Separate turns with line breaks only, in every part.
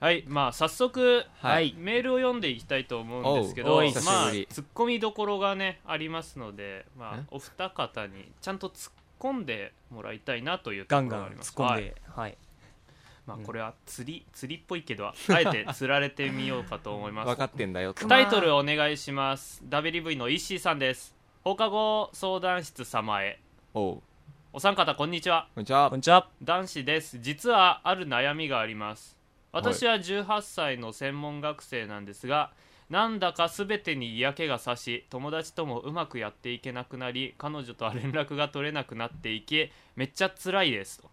はいまあ早速、
はい
メールを読んでいきたいと思うんですけど
おうおう
まあ
久しぶり
ツッコミどころがねありますので、まあ
え、
お二方にちゃんと突っ込んでもらいたいなというと
ガ
こ
ン
ろ
ガ
があ
ン
ります
突っ込ん
はい
で、はい、
まあ
うん
これは釣り釣りっぽいけどあえて釣られてみようかと思いま
分
す
かってんだよって
タイトルお願いします WV の石井さんです放課後相談室様へ
おうこ
お三方こんにちは
んにちは
こんにちは。
男子です実はある悩みがあります私は18歳の専門学生なんですが、なんだか全てに嫌気がさし友達ともうまくやっていけなくなり彼女とは連絡が取れなくなっていきめっちゃ辛いですと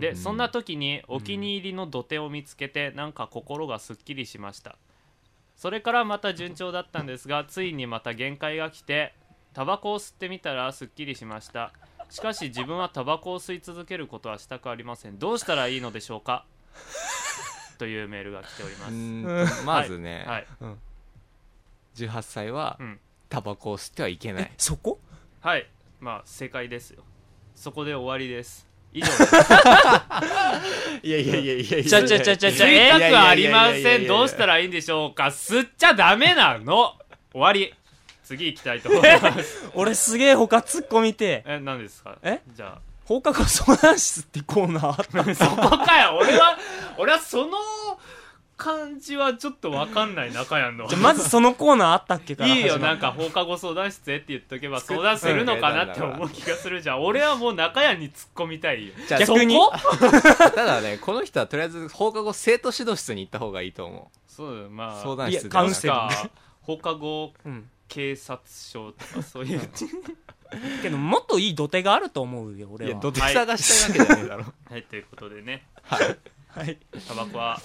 で、
うん
そんな時にお気に入りの土手を見つけて、なんか心がすっきりしましたそれからまた順調だったんですがついにまた限界が来てタバコを吸ってみたらすっきりしましたしかし自分はタバコを吸い続けることはしたくありませんどうしたらいいのでしょうかというメールが来ておりま
う
す、
ーんとまずね、
はい
18歳は
うん
タバコを吸ってはいけない
え、そこ
はいまあ正解ですよそこで終わりです以上
いやいやいやいやいや
ちゃちゃちゃちゃ
吸
ちゃ
いたくありま
いやいやいや
せ
いやい
ん
や
どうしたらいいんでしょうか吸っちゃダメなの終わり次行きたいと思います
俺すげえ他突っ込みてえ、
え何ですか
え
じゃあ
放課後相談室ってコーナーあったんです
そこかよ俺は俺はその感じはちょっとわかんない中やんの
じゃ、まずそのコーナーあったっけから
いいよ
始ま
な
る
んか放課後相談室へって言っとけば相談するのかなって思う気がするじゃん俺はもう中屋に突っ込みたいよ
じゃあ
逆に
そこ
ただねこの人はとりあえず放課後生徒指導室に行った方がいいと思
そうだよま
う
あ
相談
いや
室で
カ
は
な
ウン
ん
なく
セリング
か放課後
うん
警察署とかそういう
けどもっといい土手があると思うよ俺
いや
は
土手探したいわけじゃないだろ
はいということでね
はい
タバコは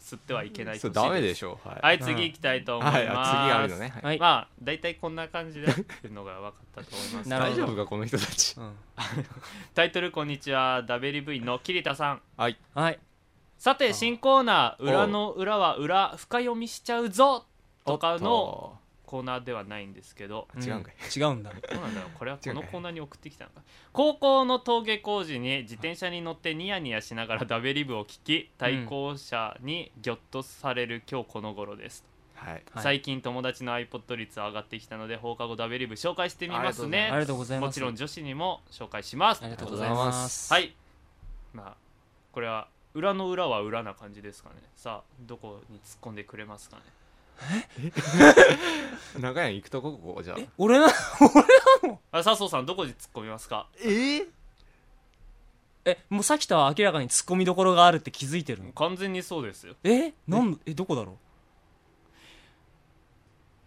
吸ってはいけない
そうダメで
ょ
しょはい
はい次行きたいと思いま
は
す、
いあ次があるのねはい
はい
まあ大体こんな感じだっていうのが分かったと思います
なるほ
大
ど
丈夫かこの人たち
うん
タイトルこんにちは WV の桐田さん
はい
はい
さて新コーナー「
おう
裏の裏は裏深読みしちゃうぞ」とかの
おっ
コーナーではないんですけど
と違うんかい
違うんだ
そうなんだ よこれはこ
違う
の
かい
コーナーに送ってきたのか高校の登下校時に自転車に乗ってニヤニヤしながらダベリブを聞き対向車にギョッとされる今日この頃です、
はい
はい
最近友達の iPod 率上がってきたので放課後ダベリブ紹介してみます
あ
ね
りがとうございます
もちろん女子にも紹介します
ありがとう
ご
ご
ざ
ざ
い
い
ま
ますす
はいまあこれは裏の裏は裏な感じですかねさあどこに突っ込んでくれますかね
長屋に行くとこここじゃあ
俺な俺
あ笹生さんどこに突っ込みますか
ええ
えもうさきたは明らかに突っ込みどころがあるって気づいてるの
完全にそうですよ
えなんえどこだろ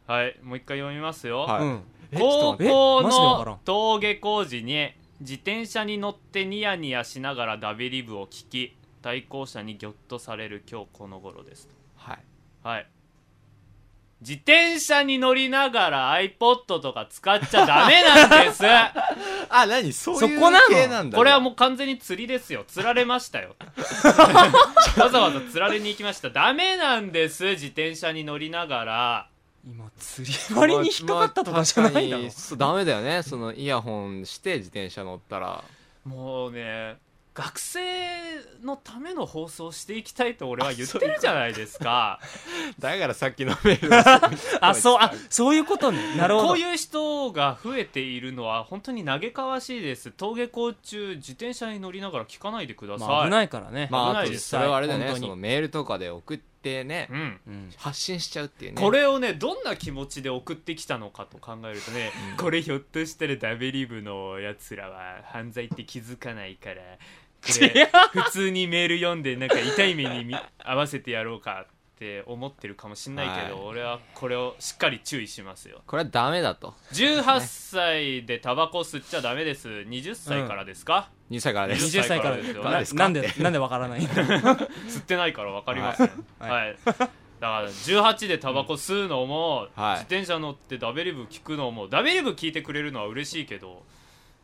はいもう一回読みますよ、
は
う
い
うん
えち
高
ょっと待って
校
えマジでわから
の
ん
登下校時に自転車に乗ってニヤニヤしながらダベリブを聞き対向車にギョッとされる今日この頃です
はい
はい自転車に乗りながら iPod とか使っちゃダメなんです
あ何そういう
そこなの
系なんだ
これはもう完全に釣りですよ釣られましたよ わざわざ釣られに行きましたダメなんです自転車に乗りながら
今釣り針に引っかかったとかじゃないだ
まあ確か
ろ
にそうダメだよねそのイヤホンして自転車乗ったら
もうね学生のための放送していきたいと俺は言ってるじゃないですか
だからさっきのメールは
あそうあそういうことねなるほど
こういう人が増えているのは本当に嘆かわしいです登下校中自転車に乗りながら聞かないでください、
まあ、危ないからね、
まあ
危
あと
ないです
それはあれだよね
本当
そ
に
のメールとかで送ってね
うん
うん、
発信しちゃうっていうね
これをねどんな気持ちで送ってきたのかと考えるとね、これひょっとしたらダベリブのやつらは犯罪って気づかないからこ
違う
れ普通にメール読んでなんか痛い目に見合わせてやろうかって思ってるかもしんないけど、
は
俺はこれをしっかり注意しますよ
これはダメだと
18歳でタバコ吸っちゃダメです20歳からですか、
2歳からです
20歳から
ですよ
な
誰ですか
なんでなんでわからない
吸ってないから分かりませんはい、だから18でタバコ吸うのも、
はい
自転車乗ってダベリブ聞くのもダベリブ聞いてくれるのは嬉しいけど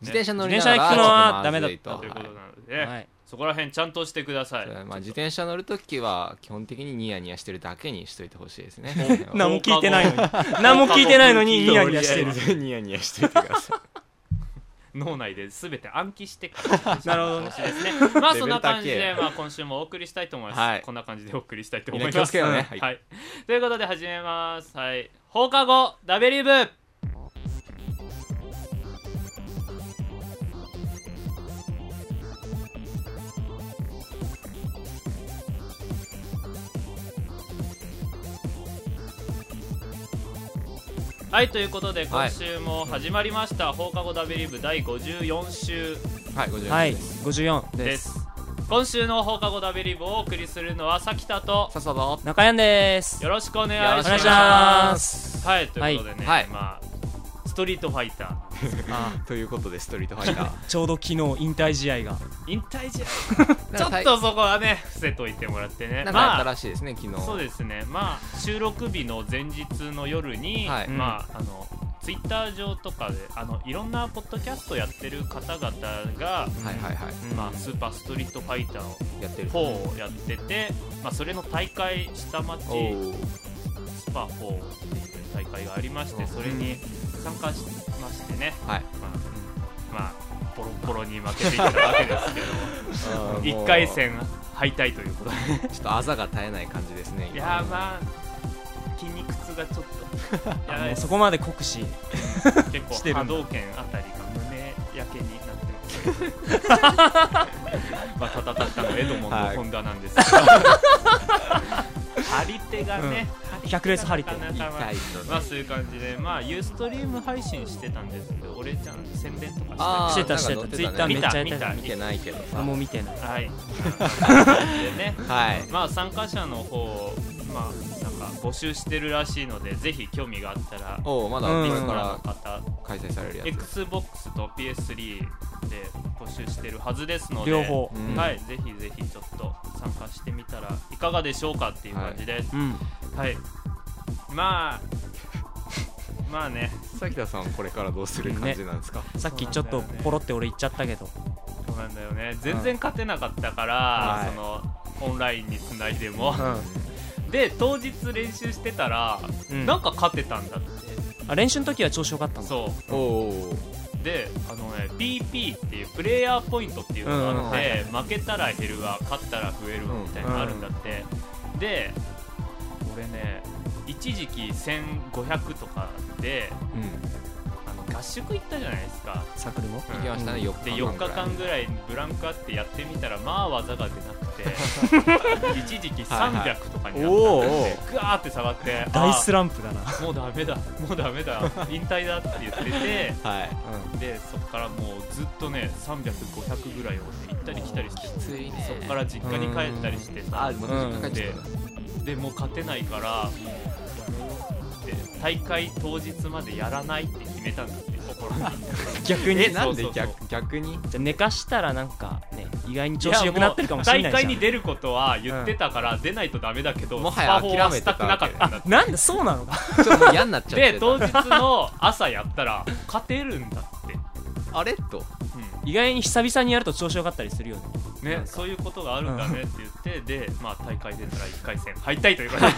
自転車乗りな
自
が
転
ら
車に聞くのは
ちょっとま
と
ずい
ダメ
いうこ
だ
は
と
い
なので、
はい
そこら辺ちゃんとしてください
それはまあ自転車乗るときは基本的にニヤニヤしてるだけにしといてほしいですね
何も聞いてないのに何も聞いてないのにニヤニヤしてる
ニヤニヤしててください
脳内で全て暗記してから
なるほどね
ほしいですねまあそんな感じ
レベ
で
ル、高え
まあ、今週もお送りしたいと思います、
はい
こんな感じでお送りしたいと思い
みん
ま
な
す
気をつけよね
はい、
は
ということで始めますはい放課後ダベリブはいということで今週も始まりました、放課後ダベリブ第54週
はいご自
は
愛
い
くださ
54
い
で
です
す今週の放課後ダベリブをお送りするのはさきたと
さっさと
中山です
よろしくお願
よ
い
ろ
お
し
願
ま
いし
す
ます
はいということでね、
はい
まあストリートファイター
あ
ということでストリートファイター
ちょうど昨日引退試合が
引退試合
な
ちょ
んか
っとそこはね伏せといてもらってね
なんか
ま
あった
あ
らしいですね昨日
そうですねまあ収録日の前日の夜に、
はい
まああのツイッター上とかであのいろんなポッドキャストやってる方々が、
はいはいはい
まあ、スーパーストリートファイターを
やってる
4をやってて、まあ、それの大会下町
おお
スパ4っていう大会がありまして
うん
それに参加しましてね、
はい
まあまあ、ボロボロに負けていたわけ ですけど1 回戦敗退ということで
ちょっとあざが絶えない感じですね
いやーまあ筋肉痛がちょっ とやら
も
れ
う
て
そこまで酷使
結
し
構
てる
波
んだ
動拳あたりが胸やけになって ますまあ戦ったのエドモンの
はい
本田なん ですけど、張り手がね、
百レース張り手
なかな
痛
か
い
まあ
のね
まあそういう感じでまあユーストリーム配信してたんですけど俺ちゃん宣伝とか
あー
し
しててたして
なん
た
か
ツイ
載って
ッタ
た
ー
ね
めっちゃやって
見
た
見てないけどさ
あもう見てない
たはいでね
はい
まあ参加者の方をまあなんか募集してるらしいのでぜひ興味があったら
おおまだ
う
こ
ん
リ
れ
スナ
か
ーの方
ら開催されるやつ
XBOX と PS3 で募集してるはずですので
両方
うん
はい、ぜひぜひちょっと参加してみたらいかがでしょうかっていう感じです
うん
はい、まあまあね
崎田さんはこれからどうする感じなんですか
さっきちょっとポロって俺言っちゃったけど
そうなんだよね全然勝てなかったから、
はい
そのオンラインにつないでも
うん
で当日練習してたら、
うん
なんか勝てたんだって
あ練習の時は調子良かったんだ
そう
おお
であのね PP っていうプレイヤーポイントっていうのがあって、負けたら減るわ勝ったら増えるわみたいなのあるんだって、で俺ね一時期1500とかで
うん
あの合宿行ったじゃないですか、
サークルも
うん
行きましたね4
で
日
4
間
日間ぐらいブランクあってやってみたらまあ技が出なくて 一時期300とかになったんだ
はいはい
ってぐわーって下がって
大スランプだな
あーもうダメだもうダメだ引退だって言ってて
はい
でそこからもうずっとね300500ぐらいを行ったり来たりして
ついね
そこから実家に帰ったりしてさ
あーまた時間かかっちゃった
でもう勝てないからもうやめようって大会当日までやらないって決めたんだって心に
逆に
え
じゃ
なんで
そうそうそう
逆逆に
あ寝かしたらなんかね意外に調子良くなってるかもしれない
やう大
じ
会
ゃ
に
ん
出ることは言ってたから出ないとダメだけど、
もはや
スマホはしたくなかったんだっ
あ
て
なんでそうなのか
ちょっと嫌になっちゃっ
で
てた
当日の朝やったら勝てるんだって、
あれと
意外に久々にやると調子良かったりするよね
うんね
なんか
そういうことがあるんだねって言って、でまあ大会出たら1回戦敗退という ことで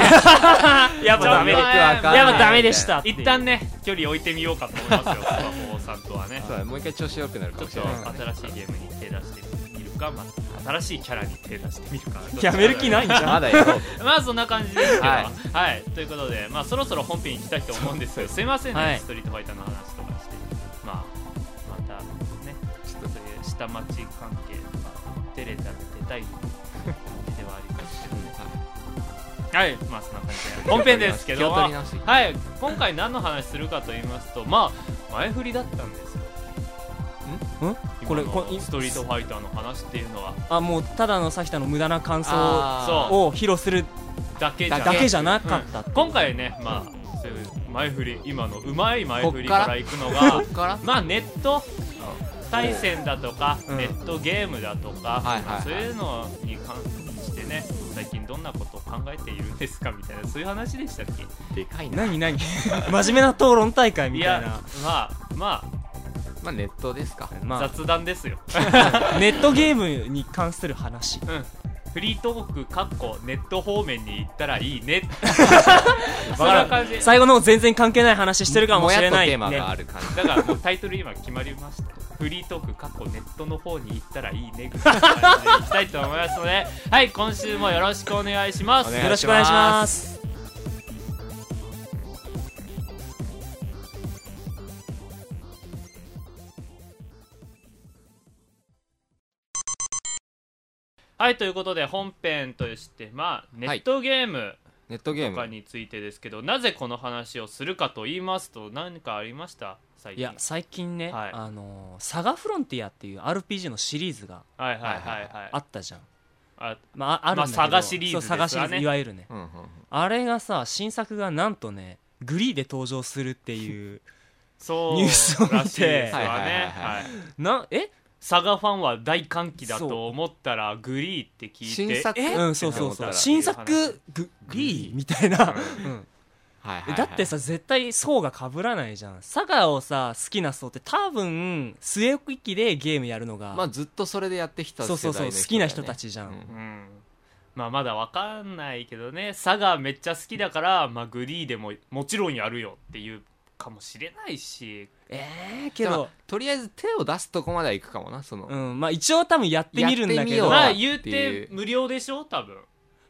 やっぱダメ
よくわかんない
やっぱダメでした
一旦ね距離置いてみようかと思いますよスマホさんとはね
そうだもう一回調子良くなる
ち
か
ょっ
もしれな
と
い
新しいゲームに手出してみるか、まあ、新しいキャラに手出してみるか
やめる気ないんじゃん
まだやろう
まあそんな感じですけど、は
はいい、
ということで、まあそろそろ本編行きたいと思うんですよ。すいませんね、
はい
ストリートファイターの話とかして、まあまたね、ちょっとそういう下町関係とか出れたら出たい感じではありますけどね。はい、まあそんな感じで本編ですけど
気を取り
も、
直していき
はい、今回何の話するかと言いますと、まあ前振りだったんですよ。今
んこれ
の
これ
ストリートファイターの話っていうのは
あもうただのさきたの無駄な感想
あー
そ
を披露する
だけじゃ
だけじゃなかったっていう
今回ねまあそういう前振り今のうまい前振り
こっ
か
から
ら行くの
こ
が
っから
まあネット対戦だとか、
うん
ネットゲームだとか、
はいはいはい
まあそういうのに関してね最近どんなことを考えているんですかみたいなそういう話でしたっけ
でかいな
何 何真面目な討論大会み
い
たい
や
な
まあま
まあネットですか
あ
ま
雑談ですよ、
あネットゲームに関する話
うんフリートークかっこネット方面に行ったらいいね そん
わ
な
から
感
ん
じ
最後の方全然関係ない話してるかもしれない、ね、
もやっとテーマがある感じ、
だからもうタイトル今決まりましたフリートークかっこネットの方に行ったらいいねぐらいの感じでいきたいと思いますので はい今週もよろしくお願いします
お願い
よろしくお願いします
はいということで本編としてまあネットゲーム、
ネットゲー
とか
ム
についてですけどなぜこの話をするかと言いますと何かありました最
い
近
や最近ね、
はい
あのーサガフロンティアっていう RPG のシリーズが
はいはいはいはい
あったじゃん、
あ
まあ、あるんだけど、
まあサガシリーズです
そう
わ
サ
ね
ガシリーズいわゆるね
うんうんうん
あれがさ新作がなんとねグリーで登場するっ ていう
そう
ニュースを見て
らしいですわね
はいはいはい
は
はい
い
なえ
サガファンは大歓喜だと思ったらグリーって聞いて
新作
えうんそうそう
って
そ
な
う
ったら
新作グリーみたいな、うん
はいはいはい
だってさ絶対層が被らないじゃんサガをさ好きな層って多分末置き機でゲームやるのが、
まあずっとそれでやってきた世
そう
代
そうそう
の
好きな人た
ち
ちじゃん、
うん
うんまあまだわかんないけどねサガめっちゃ好きだから、まあ、グリーでももちろんやるよっていうかもしれないし
ええけ
け
ど
どとりあえず手を出すとこまではいくかもなその、
うんまあ一応多分やってみるんだ
やって
け
みよ
ど
う
まあ
ってい
言
う
うて無料でしょ多分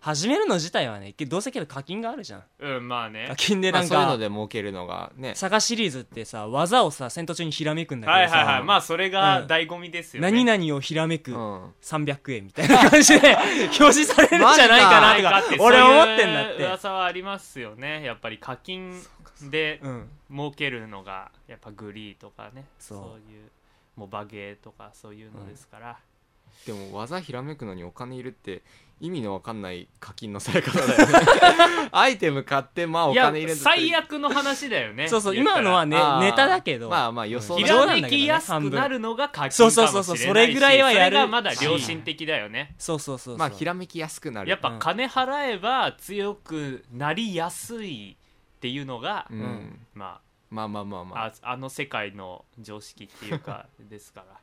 始めるの自体はねけどうせけど課金があるじゃん
うんまあね
課金で
ま
な
あ
ん
そういうの
か
で儲けるのがね
サガシリーズってさ技をさ戦闘中にひらめくんだけ
は
ど
い
さ、
はいはいまあそれが
うん
醍醐味ですよね、
何々をひらめく
うん
300円みたいな感じで 表示されるんじゃないか
ないか
な
っ
と
て
か俺思ってんだっ
そういう
て
噂はありますよねやっぱり課金で
うん
儲けるのがやっぱグリーとかね
そ
そうういうもうバゲーとかそういうのですから、
でも技ひらめくのにお金いるって意味のわかんない課金のされ方だよね アイテム買ってまあお
いや
金入れる
最悪の話だよね
そうそう
言った
今
ら
のはね
あー
ネタだけど
まあまあ予想
ひ
非
だ
常
ら
に
めきやすくなるのが課金かもし
そ
れないし
うそうそうそうそれぐらいはや
そ
る
れがまだ良心的だよね
そうそうそうそう
まあひらめきやすくなる
やっぱ金払えば強くなりやすいっていうのが、
うん、
うん
ま
まあまあまあまあ
あああの世界の常識っていう かですから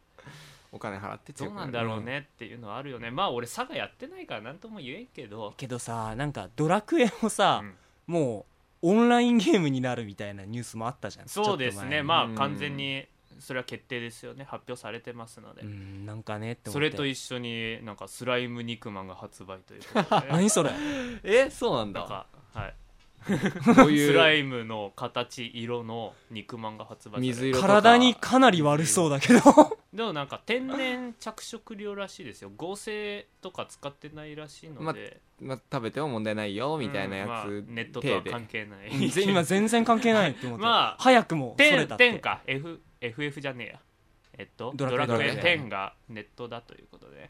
お金払って
どう
強く
なんだろうねっていうのはあるよね、まあ俺佐賀やってないから何とも言えんけど、
けどさなんかドラクエもさ、
うん
もうオンラインゲームになるみたいなニュースもあったじゃん
そうですねま
ま
う
あ
ん
完全にそれは決定ですよね発表されてますので、
うんなんかねって思
そ
って
れと一緒になんかスライム肉まんが発売という ことで
何それ
えそうなん
なん
だ
か、はい、
こうい
スラ
う
イムの形色の肉まんが発売されて
水色とか
体にかなり悪そうだけど
でもなんか天然着色料らしいですよ合成とか使ってないらしいので、
ままあ、食べても問題ないよみたいなや
うん
つ、
まあネットとは関係ない
今全然関係ないって思って、
まあ
早くもそれ
天
だって
天か F FF じゃねえやえっとド
ド
ラ
ラ
ク
ク
エ
エ
10がネットだということで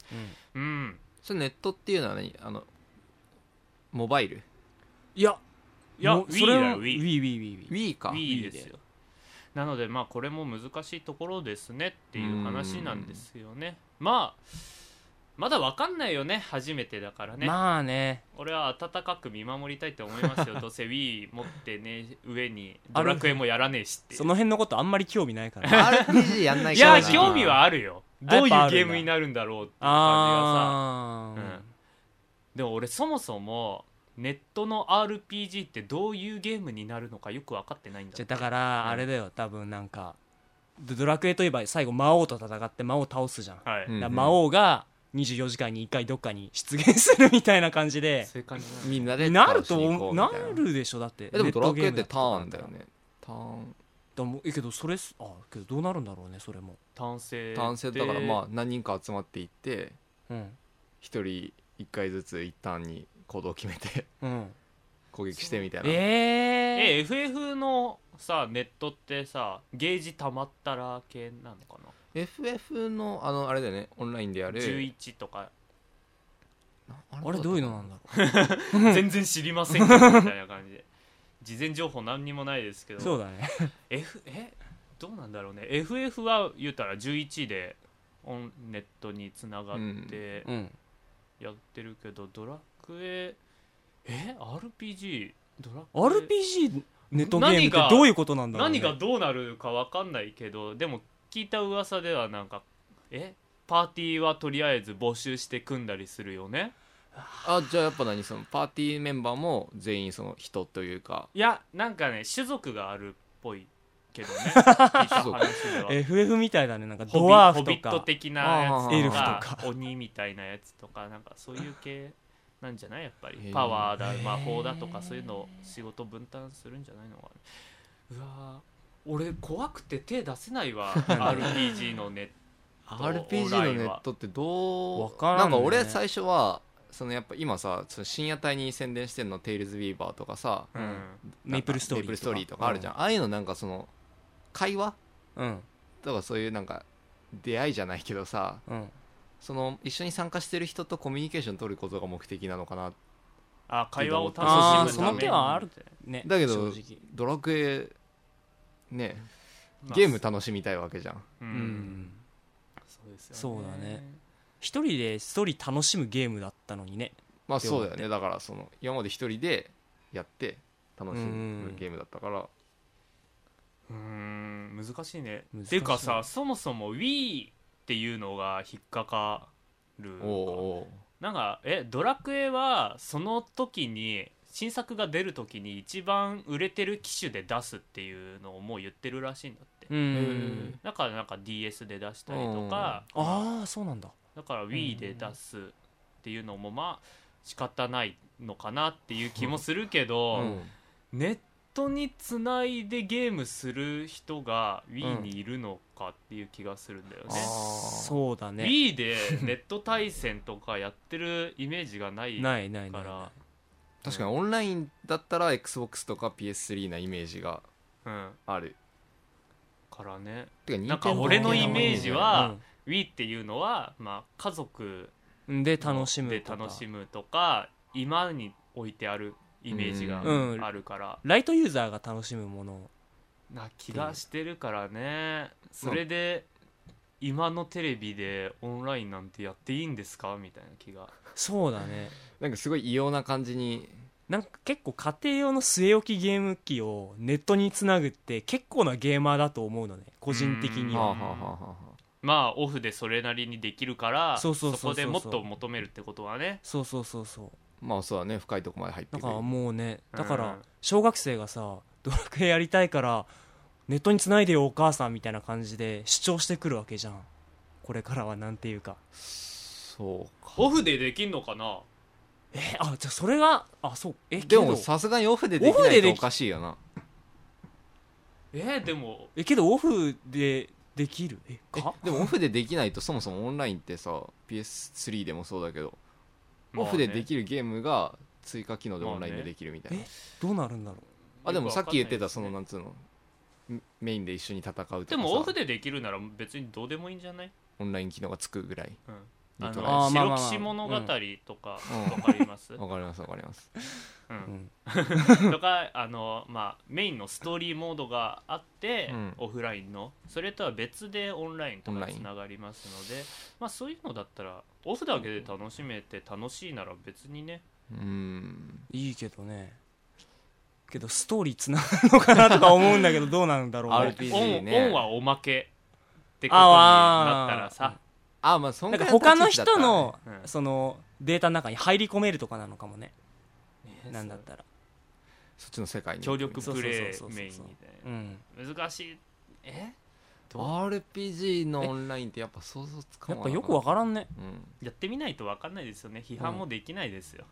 うん
うん
それネットっていうのは何あのモバイル
いや
いや
もう
Wii
それ
だよ
も
Wii
Wii Wii
Wii か
Wii ですよなのでまあこれも難しいところですねっていう話なんですよねまあまだわかんないよね初めてだからね、
まあね
俺は温かく見守りたいと思い ますよどうせ Wii 持ってね上に
あ
ド
る
ラクエもやらねえしっていう
その辺のことあんまり興味な いから、
RPG やんない
い
から
や
な
興味はあるよ
あ
どういう
やっぱあるん
ゲ
だ
ームになるんだろうっていう感じがさ
あー
でも俺そもそもネットの RPG ってどういうゲームになるのかよく分かってないんだ
じゃあだか
うん
らあれだよ多分なんかドドラクエといえば最後魔王と戦って魔王を倒すじゃん、
はい、
うん
だから魔王が24時間に1回どっかに出現するみたいな感じで
そういう感じなんだ
みんなで
な
倒
る
し
と
に行こ
思
う
う
みた
ない
な
るでしょだっ
え
て
でもドラクエっ
ネ
て
ッ
タ
トゲ
ー
ム
ンだよ
ったら
ねターン
だもうえけどそれすあけどどうなるんだろうねそれも
単性
単線だからまあ何人か集まっていって
うん
一人一回ずつ一旦に行動を決めて
うん
攻撃してみたいな、
ええ
え FF のさネットってさゲージ溜まったら系なのか
FF のあのあれだよねオンラインでや
な
る
11とか
あれどういうの
な
なんだろ
全然知りませんけどみたいな感 じで事前情報何にもないですけど
うそうだね
F えどうなんだろうね FF は言うたら11でオンネットにつながって、
うん
やってるけどドラクエえ RPG ドラクエ
RPG ネットゲームってどういうことなんだろう、ね、
何がどうなるかわかんないけどでも聞いた噂ではなんかえパーティーはとりあえず募集して組んだりするよね
あじゃあやっぱ何そのパーティーメンバーも全員その人というか
いやなんかね種族があるっぽいけど ね聞いた話では
FF みたいだねなんか
ホ
ド
ビ
ワー
ホ
フ
ビ
と
ット
か
的なや
あーエ
つと
ルフ
か
と
鬼みたいなやつとかなんかそういう系なんじゃないやっぱり
へー
パワーだ
へー
魔法だとかそういうのを仕事分担するんじゃないのかなうわー俺怖くて手出せないわ RPG のネット
RPG のネットってどう
わからんね
なんか俺最初はそのやっぱ今さその深夜帯に宣伝してんの「テイルズ・ビーバー」とかさ
うん
メイプルストー
メ
リー
イプルストーリーとかあるじゃん、ああいうのなんかその会話
うん
とかそういうなんか出会いじゃないけどさ
うん
その一緒に参加してる人とコミュニケーション取ることが目的なのかな
あ会話を楽しむ
あ
ため
ーその手はあるね
だけど
正直
ドラクエね
まあ
ゲーム楽しみたいわけじゃん
う
うんん
そうですよ
そうだね一人でストーリー楽しむゲームだったのにね
まあ
でも
そうだよねだからその今まで一人でやって楽し
う
む
ん
ゲームだったから
うーん難しいね
難しい
っていうかさそもそも Wii っていうのが引っかかる
おうお
なんかえドラクエはその時に新作が出る時に一番売れてる機種で出すっていうのをもう言ってるらしいんだって、
う
ううん
だからなんか DS で出したりとか、
ああそうなんだ
だから Wii で出すっていうのもまあ仕方ないのかなっていう気もするけど、
うん
ネットにつないでゲームする人が Wii にいるのかっていう気がするんだよね
あー。
そうだね
Wii でネット対戦とかやってるイメージがないか
ないないない
ら、
確かにオンラインだったら XBOX とか PS3 なイメージが
うん、
ある
からね
てか
なんか
Nintendo
俺のイメージは
うん
Wii っていうのは、まあ、家族
で楽しむ
で
とか
楽しむとか今に置いてあるイメージが
うん
あるから、
ライトユーザーが楽しむもの
な気がしてるからねそれで今のテレビでオンラインなんてやっていいんですかみたいな気が
そうだね
なんかすごい異様な感じに
なんか結構家庭用の据え置きゲーム機をネットにつなぐって結構なゲーマーだと思うのね個人的
う
に
ん
はあ
は
はあはあは
まあオフでそれなりにできるから
そうそうそうそう
こでもっと求めるってことはね
そうそうそうそう
あまあそうだね深いとこまで入って
だ
く
か
る
らもうねだか
う
ら
ん
小学生がさドラクエやりたいからネットにつないでよお母さんみたいな感じで主張してくるわけじゃんこれからはなんていうか
そうか
オフでできんのかな
えあじゃあそれがあそうえけ
で
ど
もさすがにオフででき
オフ
な
で
い
で
と
き
おかしいよな
えーでも
えけどオフでできるえ
え
か
でもオフでできないとそもそもオンラインってさ PS3 でもそうだけど
まあ
オ
ね
フでできるゲームが追加機能でオンライン
ま
で
あね
できるみたいな、
えどうなるんだろ
あでもさっき言って
よく
た
わか
そ
んな
の
い
なんつうのメメインで一緒に戦うとかさ
でもオフでできるなら別にどうでもいいんじゃない、
オンライン機能がつくぐらい
うん、
いい
あ
と
の
思いま
あーまあまあ
白騎士物語とかわ
うん
かります、
すわかりますわかります
う
う、うんん、
とかあの、まあ、メインのストーリーモードがあって、
うん
オフラインのそれとは別でオンラインと
オン
か
ライン
つながりますので、まあ、そういうのだったらオフだけで楽しめて楽しいなら別にね
うーん
いいけどねけどストーリーつながるのかなとか思うんだ けどどうなんだろうね
RPG
オン
ね
オンはおまけってことになったらさ、
あまあそん
なん
ぐ
から
い
他の
立ち位置だ
人
ったらね
の、
うん
そのデータの中に入り込めるとかなのかもねなんだったら
そっちの世界に
協力プレイ
そうそうそうそうそう
メインみたいな
うん
難しいえどう
RPG のオンラインってやっぱ想像つか
や
も
っぱよくわからんね
うん
やってみないと分かんないですよね批判もできないですよ、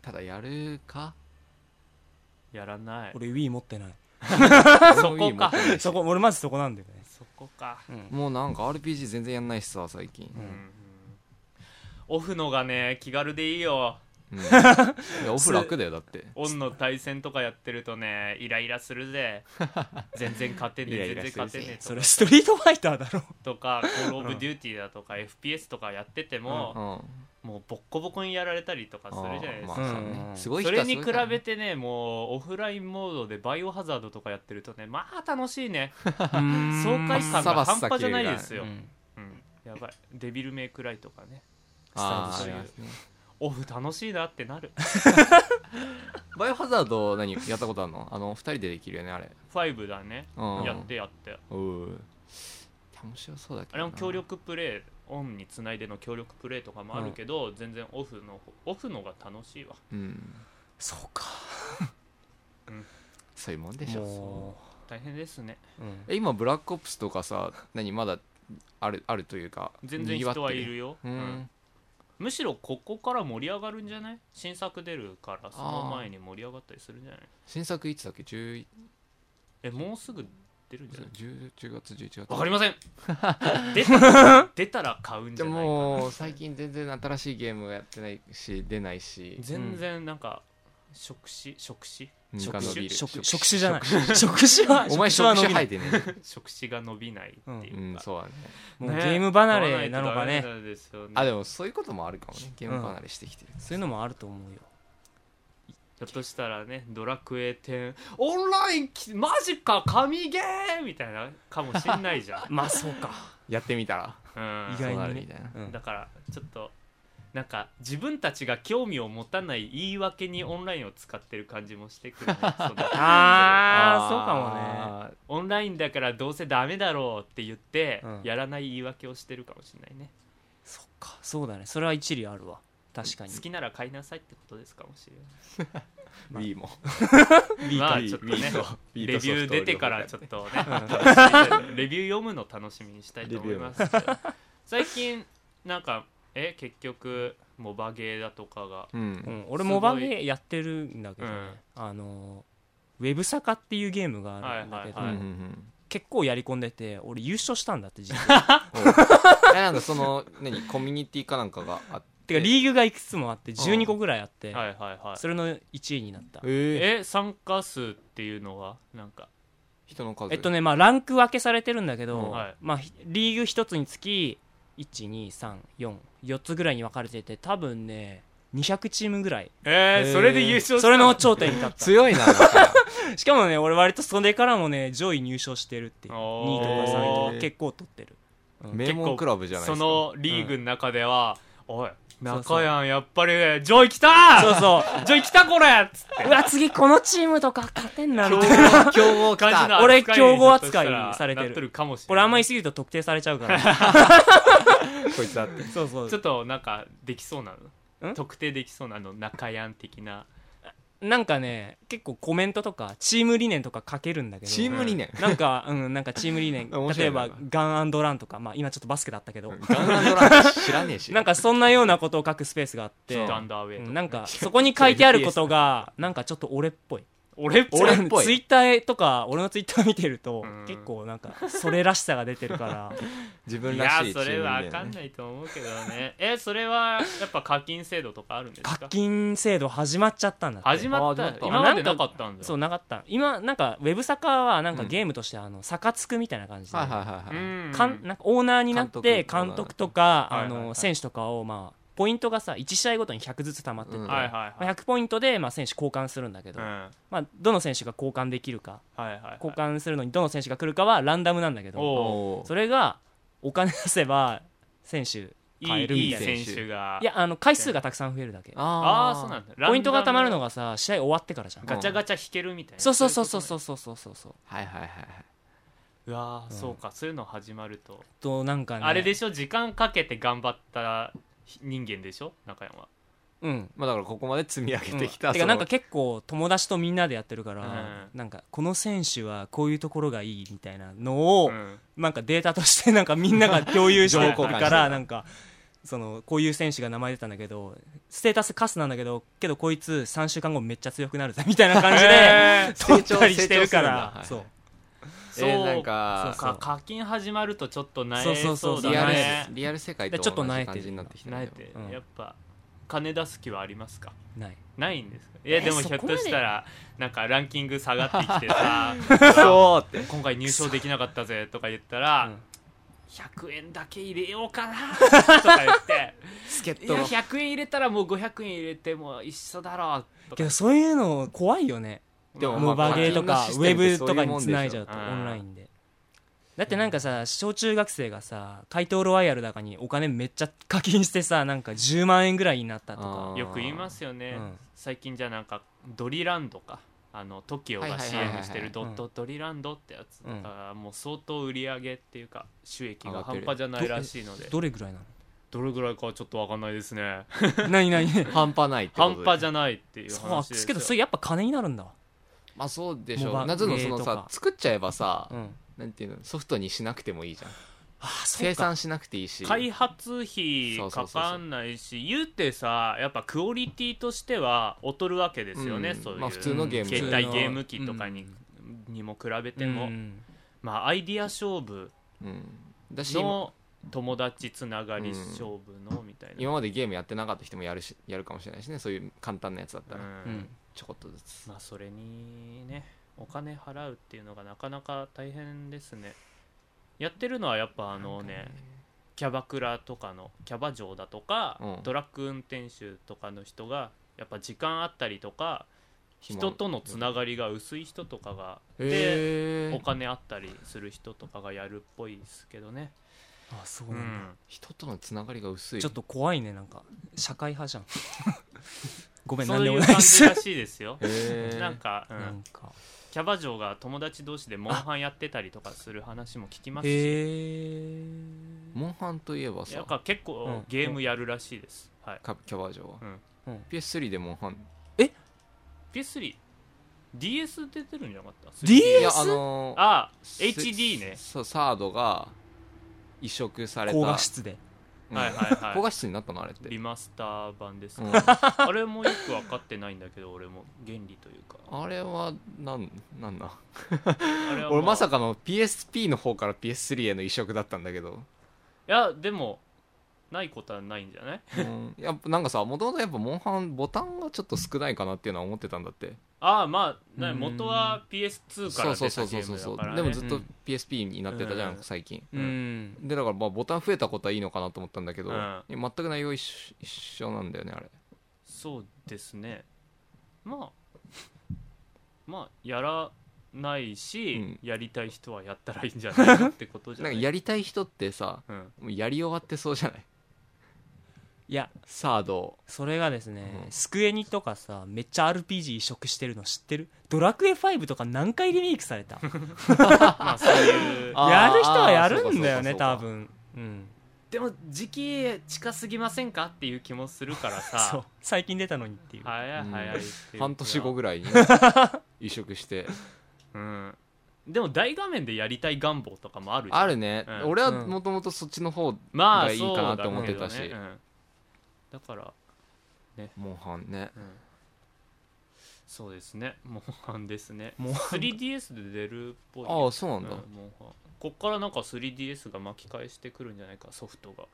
ただやるか
やらない
俺 Wii 持ってない
そこか
そこ俺まずそこなんだよね
そこか
うん
もうなんか RPG 全然やんないしさ最近、
うん
うんオフのがね気軽でいいよ
うん、いやオフ楽だよだって
オンの対戦とかやってるとねイライラする ぜ全然勝てね
イラ
え
イラ
全然勝てねえ
そ
と
れ
か
ストリートファイターだろ
とかコール・オブ・デューティーだとか FPS とかやってて
う
も、
ん
もうボッコボコにやられたりとかするじゃないですか、
あーまあそう
う
ね
ん
すごい
そ
人
れ
は
に
す
比
ごいからね
べてねもうオフラインモードでバイオハザードとかやってるとねまあ楽しいね爽
爽
快感が半端じゃないです
う
よ、
ん
うんやばいデビルメイクライとかね
あ
ス
ー
タート
あ
する
りますね
オフ楽しいなってなる
バイオハザード何やったことあるのあの二人でできるよねあれ
5だね
うん
やってやって
うん面白そうだけど
あれも協力プレイオンにつないでの協力プレイとかもあるけど、全然オフのオフのが楽しいわ
うん
そうか
そういうもんでしょ
も
大変ですね
う、うん、
え今ブラックオプスとかさ何まだあるあるというか
全然人はいるよ、
うん、
うんむしろここから盛り上がるんじゃない新作出るからその前に盛り上がったりするんじゃない
新作いつだっけ 10,
えもうすぐ出るんじゃない
10, 10月11月
わかりませ ん出た出たら買うんじ
で
ゃないかな
も最近全然新しいゲームやってないし出ないし
全然なんか触手触 手
うん
職
他のビー
種
ル
職
職
職種じゃない 職種は
お前
職種は
職種
伸びな
入っ
い
てね
触手が伸びないっていううか、
んそうだね
もうゲーム離れなのか
買
ね
わないとダメなんですよね
あでもそういうこともあるかもねゲーム離れしてきてる、
そういうのもあると思うよ
ひょっとしたらね「ドラクエ10」オンラインきマジか神ゲーみたいなかもしんない じゃん、
まあそうか
やってみたら
うん
意外
そ
にね
うなるみたいな
うん
だからちょっとなんか自分たちが興味を持たない言い訳にオンラインを使ってる感じもしてくる、ね、 その
あー
あー
オンラインだからどうせダメだろうって言って、
うん
やらない言い訳をしてるかもしれないね
そうかそうだねそれは一理あるわ確かに
好きなら買いなさいってことですかもしれない
まあ
Wii も
まあちょっとねレビュー出てからちょ
っ
っとね レビュー読むの楽しみにしたいと思います 最近なんかえ結局モバゲーだとかが
と、うん
うん、俺
すごい
モバゲーやってるんだけどね、
うん
あのウェブサカっていうゲームがあるんだけど、
は
う
い
んうんうん
結構やり込んでて俺優勝したん だって実は
えなんかその何コミュニティかなんかがあって
かリーグがいくつもあって12個ぐらいあって、
はいはいはい
それの1位になった
え
え参加数っていうのはなんか
人の数
えっとねまあランク分けされてるんだけど、
うん
はい
まあひリーグ1つにつき1234つぐらいに分かれてて多分ね200チームぐらい
え
えー
それで優勝した
それの頂点に立っ
強いなだから
た しかもね俺割とそれからもね上位入賞してるっていう
お
2位
ー
とか3位とか結構取 ってる
名門クラブじゃないで
そ
すか
のリーグの中では、おい
そう
中やんやっぱりね上位来た
そうそう
上位来たこれっつって
うわ次このチームとか勝てんなみ
強
たい
豪
な
強豪来
感じ
た
の
俺
扱い
強豪扱いされてる
なっとるかもしれない
俺あんま言いすぎると特定されちゃうから
こいつだって
そうそう
ちょっとなんかできそうなの
ん
特定できそうなの中やん的な
なんかね結構コメントとかチーム理念とか書けるんだけど
チーム理念
なんかうんなんかチーム理念
面白
例え
いな
ばガンランとかまあ今ちょっとバスケだったけど
ガンガンドラン知らねえし
なんかそんなようなことを書くスペースがあって
ちょっとアンダーウェイと
う
か、
んなんかそこに書いてあるこ とがなんかちょっと俺っぽい
俺っぽい
俺っぽい
ツイッターとか俺のツイッター見てると
うん
結構なんかそれらしさが出て るから
自分
い
ら
や
しいチー
そ
ム理
れ
念
は分かんないと思うけどねえそれはやっぱ課金制度とかあるんですか
課金制度始まっちゃったんだって
始まっ
あ
た
始まった
今までなかったんだ
そううなかった今なんかウェブサカはなんか
うん
ゲームとしてあのサカつくみたいな感じで、
はいはいはいはい
ん
かんなんかオーナーになって
監督
監督とか
はい
あ
はいは
の
い
選手とかをまあポイントがさ1試合ごとに100ずつ溜まってて、
うん
はい
ま
はい
あ
はい、
100ポイントでまあ選手交換するんだけ
う
ど、
ん、はい
まあ、どの選手が交換できるか
はいはい
交換するのにどの選手が来るかはランダムなんだけど
お
おー
それがお金出せば選手い
い
変
い
えるみ
い
たいない
選手が
やあの回数がたくさん増えるだけ
ああそうなんだ
ポイントが溜まるの
が
がさ試合終わってからじゃん
ガチャガチャ引けるみたいな
そうそうそうそう
う
そうそうそうそうそう
はいはいはいはいう
わー
うん
そうかそういうの始まると
となんかね
あれでしょ時間かけて頑張った人間でしょ中山は
うん
まあだからここまで積み上げてきた、
うんて
そ
か
の
なんか結構友達とみんなでやってるから、
う
なんかこの選手はこういうところがいいみたいなのを、
うん
なんかデータとしてなんかみんなが共有してる
情報
交換
か
して
らなんかそのこういう選手が名前出たんだけどステータスカスなんだけどけどこいつ3週間後めっちゃ強くなるぜみたいな感じ で
えー
取ったりしてるから、
成長成長す
そ
るだ
そうん
う
えーなんか
そうか課金始まるとちょっとなえ
そうそ
そう
そううそう
リ
だ
アル
ね
リアル世界と
でちょっと
同
慣
じ
れてる
感じになってきた
なえ
ね
て
うん
やっぱ金出す気はありますか
ない
ないんですかいや
え
でも
そ
ひ
こ
ょ
ま
っ
で
としたらなんかランキング下がってきて さ
そうって
今回入賞できなかったぜとか言ったら、
うん
100円だけ入れようかなとか言 って
助っ
い
人
や
の
100円入れたらもう500円入れても一緒だろうと
け
か
どそういうの怖いよね
でも
モバゲーと
まあ
か
課
ウ
金のシステムって
ェブ
そ
と
うい
か
うも
に
んでしょ
つないじゃうとオ
うん
ンラインでだってなんかさ小中学生がさ怪盗ロワイヤルだかにお金めっちゃ課金してさなんか10万円ぐらいになったとか
あー
よく言いますよね、
うん
最近じゃなんかドリランドかあの TOKIO
はい
が
はいはい
CM して
はい
る「ドットトリランド」ってやつ
う
だ
ん
からもう相当売り上げっていうか収益
上が
が
ってる
半端じゃないらしいので
どれぐらいな
どれぐらいかはちょっと分かんないですね
の 何何
半端ないってこと
半
で
端じゃないっていう
そうあ
話ですす
けどそれやっぱ金になるんだ
まあそうでし
モ
ょ
バ
う夏のその
ゲーと
さ
か
作っちゃえばさ、
うん
なんていうのソフトにしなくてもいいじゃん
ああそ
生
うか
産しなくていいし
開発費
そうそ
か
うそうそう
かんないし言うてさやっぱクオリティとしては劣るわけですよね、
うん
そういう、
まあ普通のゲーム
携
普通
帯
の
ゲーム機とかに,、にも比べても、
うん
まあアイディア勝負
うん、だし今
の友達つながり勝負のみたいな、
今までゲームやってなかった人もやるしやるかもしれないしねそういう簡単なやつだった
う
ら、
ん
うん
ちょこっとずつ
まあそれにねお金払うっていうのがなかなか大変ですねやってるのはやっぱあのねキャバクラとかのキャバ嬢だとか、
うん
トラック運転手とかの人がやっぱ時間あったりとか
暇
人とのつながりが薄い人とかがで、
へ
お
ー
金あったりする人とかがやるっぽいですけどね、
あそう
う
なんだ
ん、
人とのつながりが薄い
ちょっと怖いねなんか社会派じ ゃんごめん
そ
何
う
で
い
も
う
ない
感
で
じ
す
らしいですよ
へー
なんか、うん
なんか
キャバ嬢が友達同士でモンハンやってたりとかする話も聞きますし
へえ
モンハンといえば
な
さ
んか結
う
構
ん
ゲームやるらしいです、はい、
カキャバ嬢は、
うん
PS3 でモンハン
PS3DS 出てるんじゃなかった
DS
いやあのー
あ
せ
HD ね
そうサードが移植された
高画質で
うん
はいはい
高
は
画質になったのあれって
いリマスター版です
う
か、
ん
あれもよく分かってないんだけど俺も原理というか
あれはなんなんだ
あれは
俺まさ
か
かの PSP の方から PS3 への移植だったんだけど、
いやでもないことはないんじゃない
うん、やっぱなんかさもともとやっぱモンハンボタンがちょっと少ないかなっていうのは思ってたんだって
ああまあな
うん
元は PS2 から
そう
出
そ
た
う
ゲ
そうそ
ーム
うそう
だから、ね、
でもずっ
う
と
ん
PSP になってたじゃん、
うん
最近
うん
ん
でだからまあボタン増えたことはいいのかなと思ったんだけど、
うん
全く内容一緒一緒なんだよねあれ
そうですねまあ まあやらないし、やりたい人はやったらいいんじゃないかってことじゃ
な
なんい
かやりたい人ってさ
うん、
もうやり終わってそうじゃない
いや
サードを
それがですね、
うん
スクエニとかさめっちゃ RPG 移植してるの知ってるドラクエ5とか何回リメイクされた
まあそういう
あー
やる人はやるんだよ
あーそうかそう
ね
か
多分うん
でも時期近すぎませんかっていう気もするから
そ
さ
う最近出たのにっていう
早い早いっていうか
半年後ぐらいに 移植して
うんでも大画面でやりたい願望とかもあるじゃん
あるね、
うん
俺はもともとそっちの方
ま
が
あ
いい
そう
かな
だ
って思ってたし
けどねうんだから、
モンハンね
うんそうですねモンハンですね
もう
3DS で出るっぽい
ああそうな
うん
だ、
モンハンこっからなんか 3DS が巻き返してくるんじゃないかソフトがっ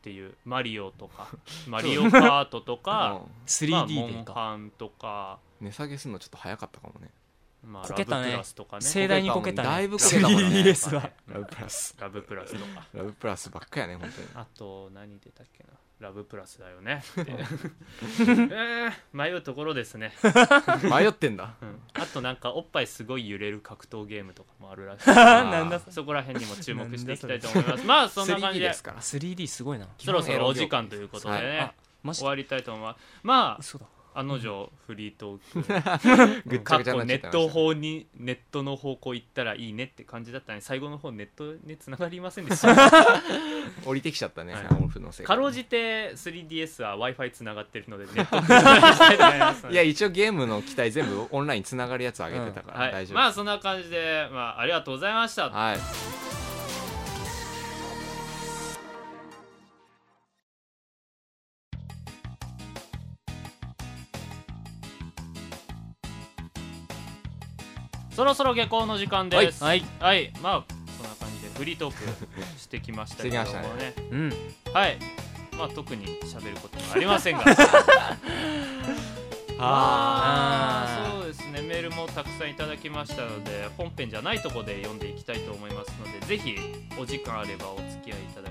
ていうマリオと かマリオカートとか、まあ、モ
3D で
ン
か、
ハンとか、
うん値下げするのちょっと早かったかもね
まあ、
こ
ラ
け
ブプ
たね
ラスとかね
盛大にこけたね
だいぶこけたもんね
3DS は
ラブプラス
ラブプラスとか
ラブプラスばっかやね本当に
あと何出たっけなラブプラスだよねって うん迷うところですね
迷ってん だ
うんあとなんかおっぱいすごい揺れる格闘ゲームとかもあるらし
ー
なんだそ
いそこら辺にも注目していきたいと思います まあそんな感じで
3D ですから
れ 3D すごいな
そろそろお時間ということでね、
はいあマジ
終わりたいと思いますま
嘘だ
あ案の定フリートーク
ぐっち
か
ゃ
っ
ぐちゃ
こ
になっち
ネ
ゃって
ット方にネットの方向行ったらいいねって感じだったね最後の方ネットにつながりませんでした
降りてきちゃったね、
はい
オフのせい
かろうじて 3DS は w i f i つながってるのでネットにつながりたいと思いますの
い
で
や一応ゲームの機体全部 オンラインつながるやつ上げてたから、
はい
大丈夫
まあそんな感じで、まあ、ありがとうございました、
はい
そろそろ下校の時間です
はい
はい、まあそんな感じでフリートークしてきましたけども
してきました
ね
うん
はいまあ特に喋ることもありません がまあそうですねメールもたくさんいただきましたので本編じゃないとこで読んでいきたいと思いますのでぜひお時間あればお付き合いいただけ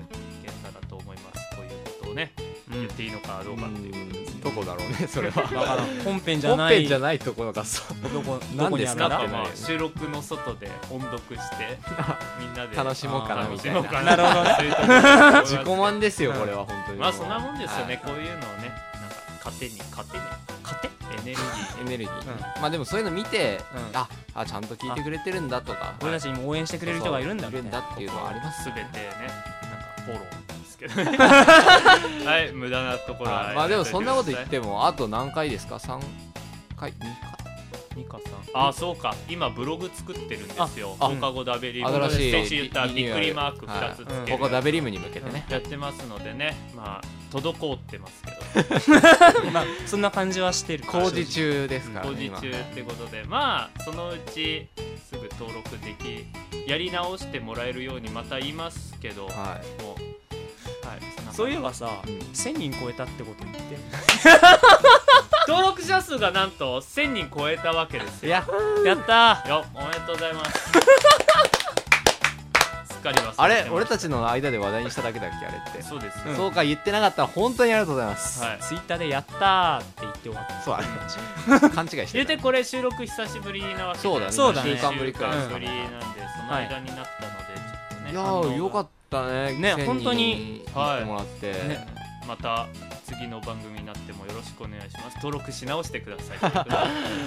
たらと思いますということをね言っていいのかどうかっていうことですけど
どこだろうねそれは
だからん本編じゃ
本
ない
編じゃないところがそう
どこ
な
ど
ん
こ
で
に
す
あ
か
る
なんん
だ
かまあ収録の外で音読して みんなで
楽しもうかなみ
楽
た
し
い
もう
な
か
なるほどね
そういうところだと思い ます
自己満ですよこれは本当に
まあそんなもんですよね、
はい
こういうのをねなんか糧に糧に糧えエネルギ
エネルギー、
うん
まあでもそういうの見て、
うん
ああちゃんと聞いてくれてるんだとか
俺たちにも応援してくれる人がいるんだ
い
みた
る
い
ん
な
だっていうのはありま
ー
すよ
全
ね
てねなんかフォローなんですけど ねはい無駄なところは
あまあでもそんなこと言
や
っ
めい
てもあと何回ですか3回2
てミカさんあそうか今ブログ作ってるんですよ
あ
放課後ダベリブ
回新しい
先週言った
リニュ
びっ
ーア
く
ル
りマーク2つつ
はい
ける
ここダベリムに向けてね、
やってますのでねまあ滞ってますけど
まあそんな感じはしてる
工事中ですから
工
ね
事中ってことでまあそのうちすぐ登録できやり直してもらえるようにまた言いますけど、
今はい
もうはいんな感じ
そういえばさ
うん
1000人超えたってこと言って
登録者数がなんと1000人超えたわけですよ
や
やった
よおめでとうございますすっかり忘れてました
あれ俺たちの間で話題にしただけだっけあれってそ
そうです、
う,、
は
か言ってなかったら本当にありがとうございます、
い
ーツイッターでやったーって言って終わっ
そうあれ
た
勘違いして
言うて
た
これ収録久しぶりなわけで
そうだね
そうだね
2週間ぶり
くらい
ぶりなんでその間になったので、ちょっとね
いやーよかったね
ね
1000
本当に
人行ってもらって、
ね
また次の番組になってもよろしくお願いします登録し直してくださ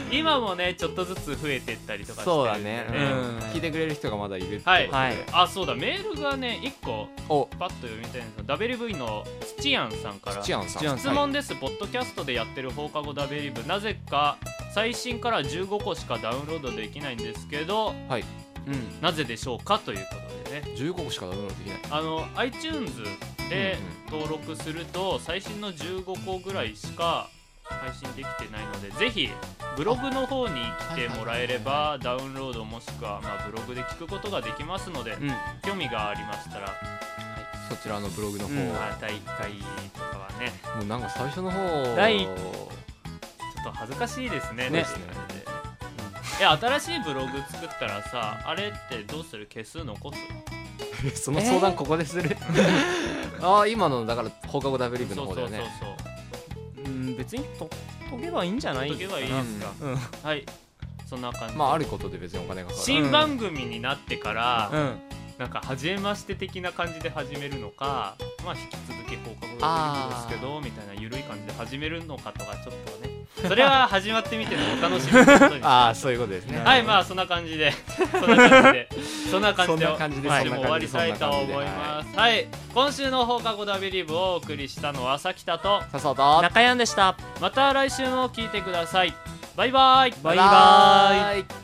い今もねちょっとずつ増えてったりとかしてる
そうんだ
で
ね、
ね
うん
うん
聞いてくれる人がまだいるってことで、
はい
はい
あそうだメールがね1個
お
パッと読みたいんですが WV の土やんさんから
土屋さん
土屋
質問です、ポッドキャストでやってる放課後ダベリブなぜか最新から15個しかダウンロードできないんですけど
はい、
うん
なぜでしょうかということでね
15個しかダウンロードできない
あの iTunes で登録すると最新の15個ぐらいしか配信できてないのでぜひブログの方に来てもらえればダウンロードもしくはまあブログで聞くことができますので
うん
興味がありましたら
そちらのブログの方、
うん
も
まあ第1回とかはね
うなんか最初の方
第
ちょっと恥ずかしいですね
ね
確かにねいや新しいブログ作ったらさあれってどうする消す残す
その相談ここでする、ああ今のだから放課後ダブリブ
そ
の
うそ
方
うそ
だ
う
よ
そ
ね
う
うん別にととけばいいんじゃない
解けばいいですか
うん
はいそんな感じで
まああることで別にお金がかかる
新番組になってから、
うん
なんか初めまして的な感じで始めるのか、まあ、引き続き放課後が出てくるんですけどみたいな緩い感じで始めるのかとかちょっと ねそれは始まってみてのお楽しみのことに
ああそういうことですね
はいまあそんな感じでそんな感じでそんな感じで
そんな感じで
今
そ
週
んな感じで
も終わりたいと思いますはい、今週の放課後ダビリブをお送りしたのはさきたと
さっさと
中山でした
また来週も聞いてくださいバイバイ
バイバイ
イ